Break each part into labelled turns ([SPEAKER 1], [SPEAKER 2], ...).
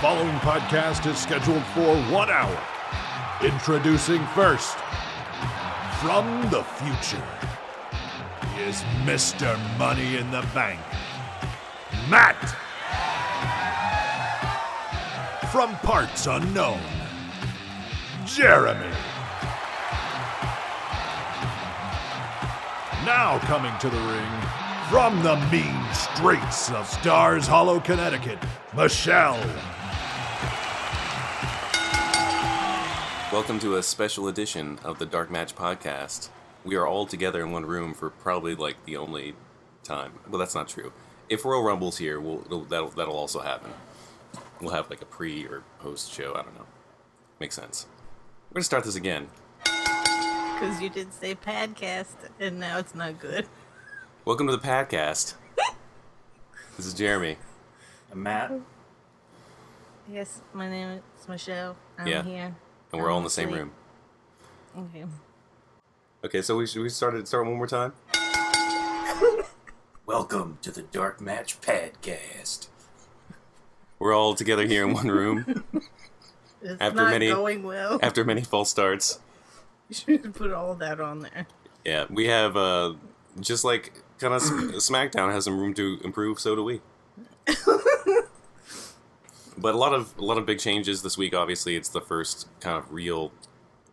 [SPEAKER 1] following podcast is scheduled for one hour. Introducing first, from the future, is Mr. Money in the Bank, Matt. From parts unknown, Jeremy. Now coming to the ring from the mean streets of Stars Hollow, Connecticut, Michelle.
[SPEAKER 2] Welcome to a special edition of the Dark Match podcast. We are all together in one room for probably like the only time. Well, that's not true. If Royal Rumble's here, we'll, it'll, that'll that'll also happen. We'll have like a pre or post show. I don't know. Makes sense. We're gonna start this again.
[SPEAKER 3] Because you did say podcast, and now it's not good.
[SPEAKER 2] Welcome to the podcast. this is Jeremy.
[SPEAKER 4] And Matt,
[SPEAKER 3] Yes, my name is Michelle. I'm
[SPEAKER 2] Yeah.
[SPEAKER 3] here.
[SPEAKER 2] and we're all in the same room.
[SPEAKER 3] Okay.
[SPEAKER 2] Okay, so we should we start it start one more time.
[SPEAKER 4] welcome to the Dark Match Podcast.
[SPEAKER 2] We're all together here in one room
[SPEAKER 3] It's
[SPEAKER 2] After
[SPEAKER 3] not
[SPEAKER 2] many-
[SPEAKER 3] going well.
[SPEAKER 2] after many false starts.
[SPEAKER 3] You should put all that on there.
[SPEAKER 2] Yeah, we have uh just like kind of SmackDown has some room to improve, so do we. but a lot of a lot of big changes this week. Obviously, it's the first kind of real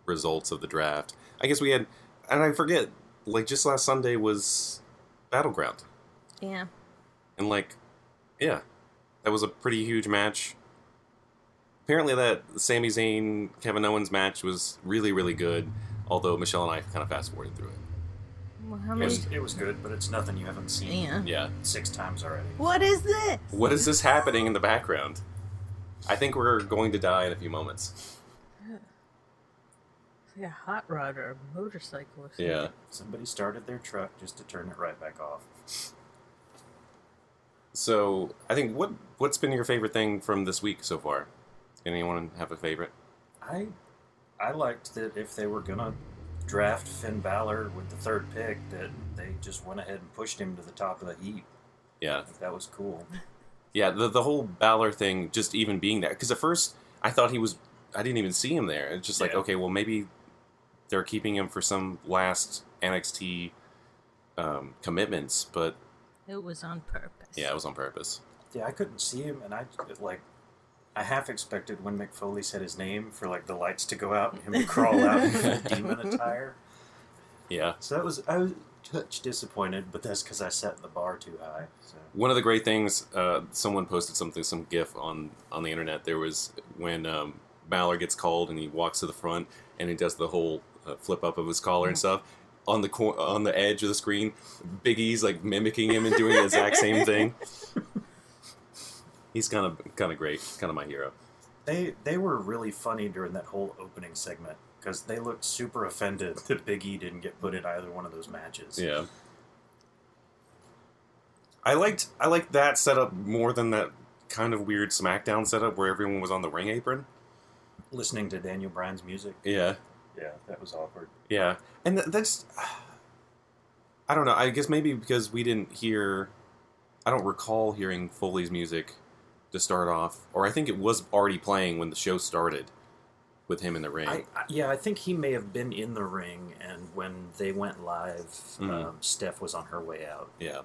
[SPEAKER 2] results of the draft. I guess we had, and I forget, like just last Sunday was Battleground,
[SPEAKER 3] Yeah.
[SPEAKER 2] and like, yeah, that was a pretty huge match. Apparently, that Sami Zayn Kevin Owens match was really really good. Although Michelle and I kind of fast forwarded through it.
[SPEAKER 3] Well, how
[SPEAKER 4] It
[SPEAKER 3] many?
[SPEAKER 4] was, it was good, but it's nothing you haven't seen
[SPEAKER 3] Yeah.
[SPEAKER 2] Yeah.
[SPEAKER 4] six times already.
[SPEAKER 3] What is this?
[SPEAKER 2] What is this happening in the background? I think we're going to die in a few moments.
[SPEAKER 3] It's like a hot rod or a motorcycle or something.
[SPEAKER 2] Yeah.
[SPEAKER 4] Somebody started their truck just to turn it right back off.
[SPEAKER 2] So I think what what's been your favorite thing from this week so far? Anyone have a favorite?
[SPEAKER 4] I, I liked that if they were gonna draft Finn Balor with the third pick, that they just went ahead and pushed him to the top of the heap.
[SPEAKER 2] Yeah.
[SPEAKER 4] I think that was cool.
[SPEAKER 2] Yeah, the the whole Balor thing, just even being there, because at first I thought he was, I didn't even see him there. It's just like,
[SPEAKER 4] Yeah.
[SPEAKER 2] okay, well maybe they're keeping him for some last NXT um, commitments, but
[SPEAKER 3] It was on purpose.
[SPEAKER 2] yeah, it was on purpose.
[SPEAKER 4] Yeah, I couldn't see him, and I like, I half expected when McFoley said his name for like the lights to go out and him to crawl out in full demon attire.
[SPEAKER 2] Yeah.
[SPEAKER 4] So that was I was a touch disappointed, but that's because I set the bar too high. So
[SPEAKER 2] One of the great things, uh, someone posted something, some GIF on on the internet. There was when um, Balor gets called and he walks to the front and he does the whole uh, flip up of his collar and stuff. On the cor- on the edge of the screen, Biggie's like mimicking him and doing the exact same thing. He's kind of kind of great, kind of my hero.
[SPEAKER 4] they they were really funny during that whole opening segment because they looked super offended that Big E didn't get put in either one of those matches.
[SPEAKER 2] Yeah. I liked I liked that setup more than that kind of weird SmackDown setup where everyone was on the ring apron.
[SPEAKER 4] Listening to Daniel Bryan's music,
[SPEAKER 2] Yeah.
[SPEAKER 4] yeah, that was awkward.
[SPEAKER 2] Yeah, and th- that's I don't know. I guess maybe because we didn't hear, I don't recall hearing Foley's music to start off, or I think it was already playing when the show started with him in the ring.
[SPEAKER 4] I, I, yeah, I think he may have been in the ring, and when they went live,
[SPEAKER 2] Mm.
[SPEAKER 4] um, Steph was on her way out.
[SPEAKER 2] yeah,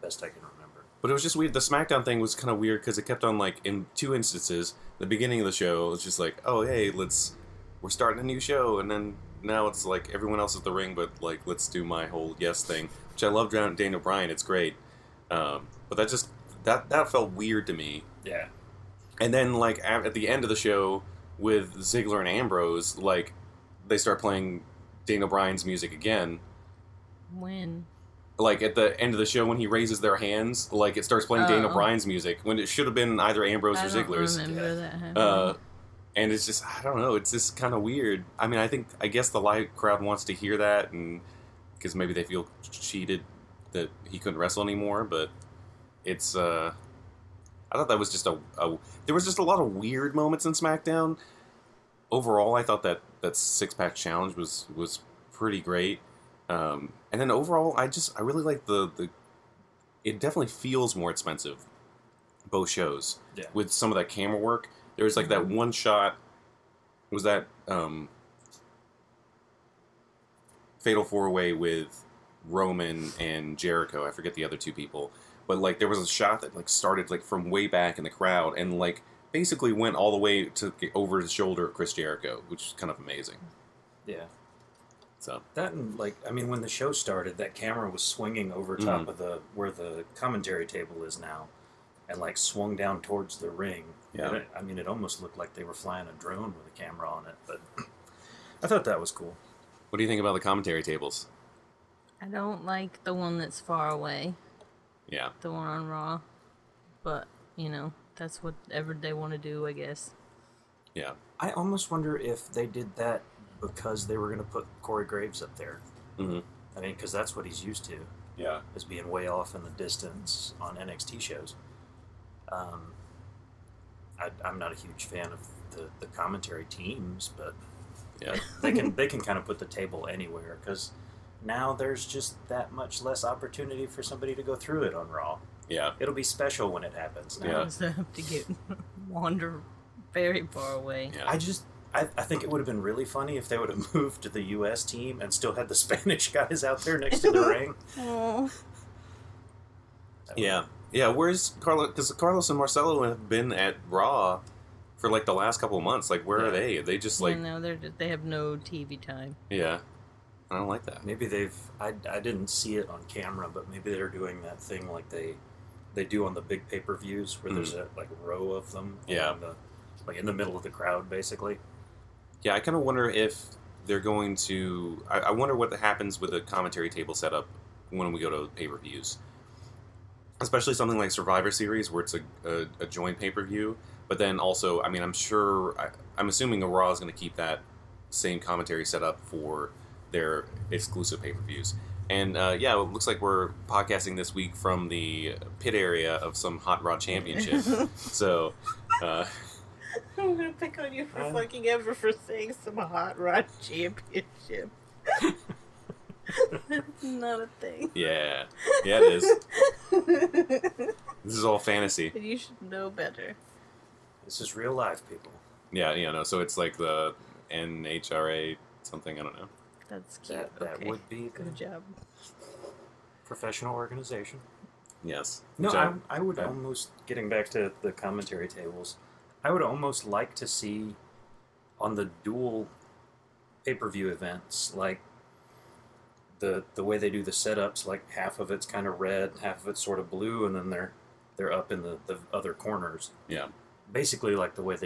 [SPEAKER 4] Best I can remember.
[SPEAKER 2] but it was just weird. The SmackDown thing was kind of weird because it kept on like in two instances. The beginning of the show was just like, oh hey, let's we're starting a new show, and then now it's like everyone else is the ring, but like let's do my whole yes thing, which I love. Dan- Daniel Bryan, it's great, um, but that just that that felt weird to me.
[SPEAKER 4] Yeah,
[SPEAKER 2] And then, like at at the end of the show with Ziggler and Ambrose, like they start playing Daniel Bryan's music again.
[SPEAKER 3] When?
[SPEAKER 2] Like at the end of the show when he raises their hands, like it starts playing Daniel
[SPEAKER 3] Oh.
[SPEAKER 2] Bryan's music when it should have been either Ambrose
[SPEAKER 3] I
[SPEAKER 2] or
[SPEAKER 3] don't
[SPEAKER 2] Ziggler's.
[SPEAKER 3] remember that happening.
[SPEAKER 2] Uh, and it's just I don't know. It's just kind of weird. I mean, I think I guess the live crowd wants to hear that, and because maybe they feel cheated that he couldn't wrestle anymore. But it's uh, I thought that was just a, a there was just a lot of weird moments in SmackDown. Overall, I thought that that six pack challenge was was pretty great. Um, and then overall, I just I really like the the. It definitely feels more expensive both shows
[SPEAKER 4] Yeah.
[SPEAKER 2] with some of that camera work. There was like that one shot. Was that um, Fatal Four Way with Roman and Jericho? I forget the other two people, but like there was a shot that like started like from way back in the crowd and like basically went all the way to over the shoulder of Chris Jericho, which is kind of amazing.
[SPEAKER 4] Yeah.
[SPEAKER 2] So
[SPEAKER 4] That and like I mean, when the show started, that camera was swinging over top of the where the commentary table is now, and like swung down towards the ring.
[SPEAKER 2] Yeah.
[SPEAKER 4] And it- I mean, it almost looked like they were flying a drone with a camera on it. But I thought that was cool.
[SPEAKER 2] what do you think about the commentary tables?
[SPEAKER 3] I don't like the one that's far away,
[SPEAKER 2] Yeah.
[SPEAKER 3] the one on Raw, but you know that's whatever they want to do, I guess.
[SPEAKER 2] Yeah.
[SPEAKER 4] I almost wonder if they did that because they were going to put Corey Graves up there.
[SPEAKER 2] Mhm.
[SPEAKER 4] I mean, because that's what he's used to.
[SPEAKER 2] Yeah.
[SPEAKER 4] as being way off in the distance on NXT shows. Um, I, I'm not a huge fan of the, the commentary teams, but
[SPEAKER 2] Yeah.
[SPEAKER 4] they can they can kind of put the table anywhere because now there's just that much less opportunity for somebody to go through it on Raw.
[SPEAKER 2] Yeah.
[SPEAKER 4] It'll be special when it happens. Now.
[SPEAKER 2] Yeah.
[SPEAKER 3] So I have to get wander very far away.
[SPEAKER 2] Yeah.
[SPEAKER 4] I just I, I think it would have been really funny if they would have moved to the U.S. team and still had the Spanish guys out there next to the ring.
[SPEAKER 3] Aw.
[SPEAKER 4] That would-
[SPEAKER 2] Yeah, yeah. Where's Carlos? Because Carlos and Marcelo have been at Raw for like the last couple of months. Like, where are
[SPEAKER 4] Yeah.
[SPEAKER 2] they? They just like,
[SPEAKER 3] you know, they're they have no TV time.
[SPEAKER 2] yeah. I don't like that.
[SPEAKER 4] Maybe they've. I, I didn't see it on camera, but maybe they're doing that thing like they they do on the big pay per views where there's a like row of them.
[SPEAKER 2] Yeah.
[SPEAKER 4] along The, like in the middle of the crowd, basically.
[SPEAKER 2] Yeah, I kind of wonder if they're going to. I, I wonder what happens with the commentary table setup when we go to pay per views, especially something like Survivor Series where it's a, a, a joint pay per view. But then also, I mean, I'm sure, I, I'm assuming a Raw is going to keep that same commentary setup for their exclusive pay per views. And uh, yeah, it looks like we're podcasting this week from the pit area of some Hot Rod Championship. so. Uh,
[SPEAKER 3] I'm gonna pick on you for
[SPEAKER 4] Um.
[SPEAKER 3] fucking ever for saying some hot rod championship. That's not a thing.
[SPEAKER 2] Yeah, yeah, it is. This is all fantasy.
[SPEAKER 3] And you should know better.
[SPEAKER 4] This is real life, people.
[SPEAKER 2] Yeah, you know, so it's like the NHRA something. I don't know.
[SPEAKER 3] That's cute.
[SPEAKER 4] That that
[SPEAKER 3] okay.
[SPEAKER 4] would be the
[SPEAKER 3] Good job.
[SPEAKER 4] professional organization.
[SPEAKER 2] Yes.
[SPEAKER 4] No,
[SPEAKER 2] So-
[SPEAKER 4] I, I would
[SPEAKER 2] yeah.
[SPEAKER 4] almost getting back to the commentary tables. I would almost like to see on the dual pay per view events like the the way they do the setups. Like half of it's kind of red, half of it's sort of blue, and then they're they're up in the, the other corners.
[SPEAKER 2] Yeah.
[SPEAKER 4] Basically, like the way they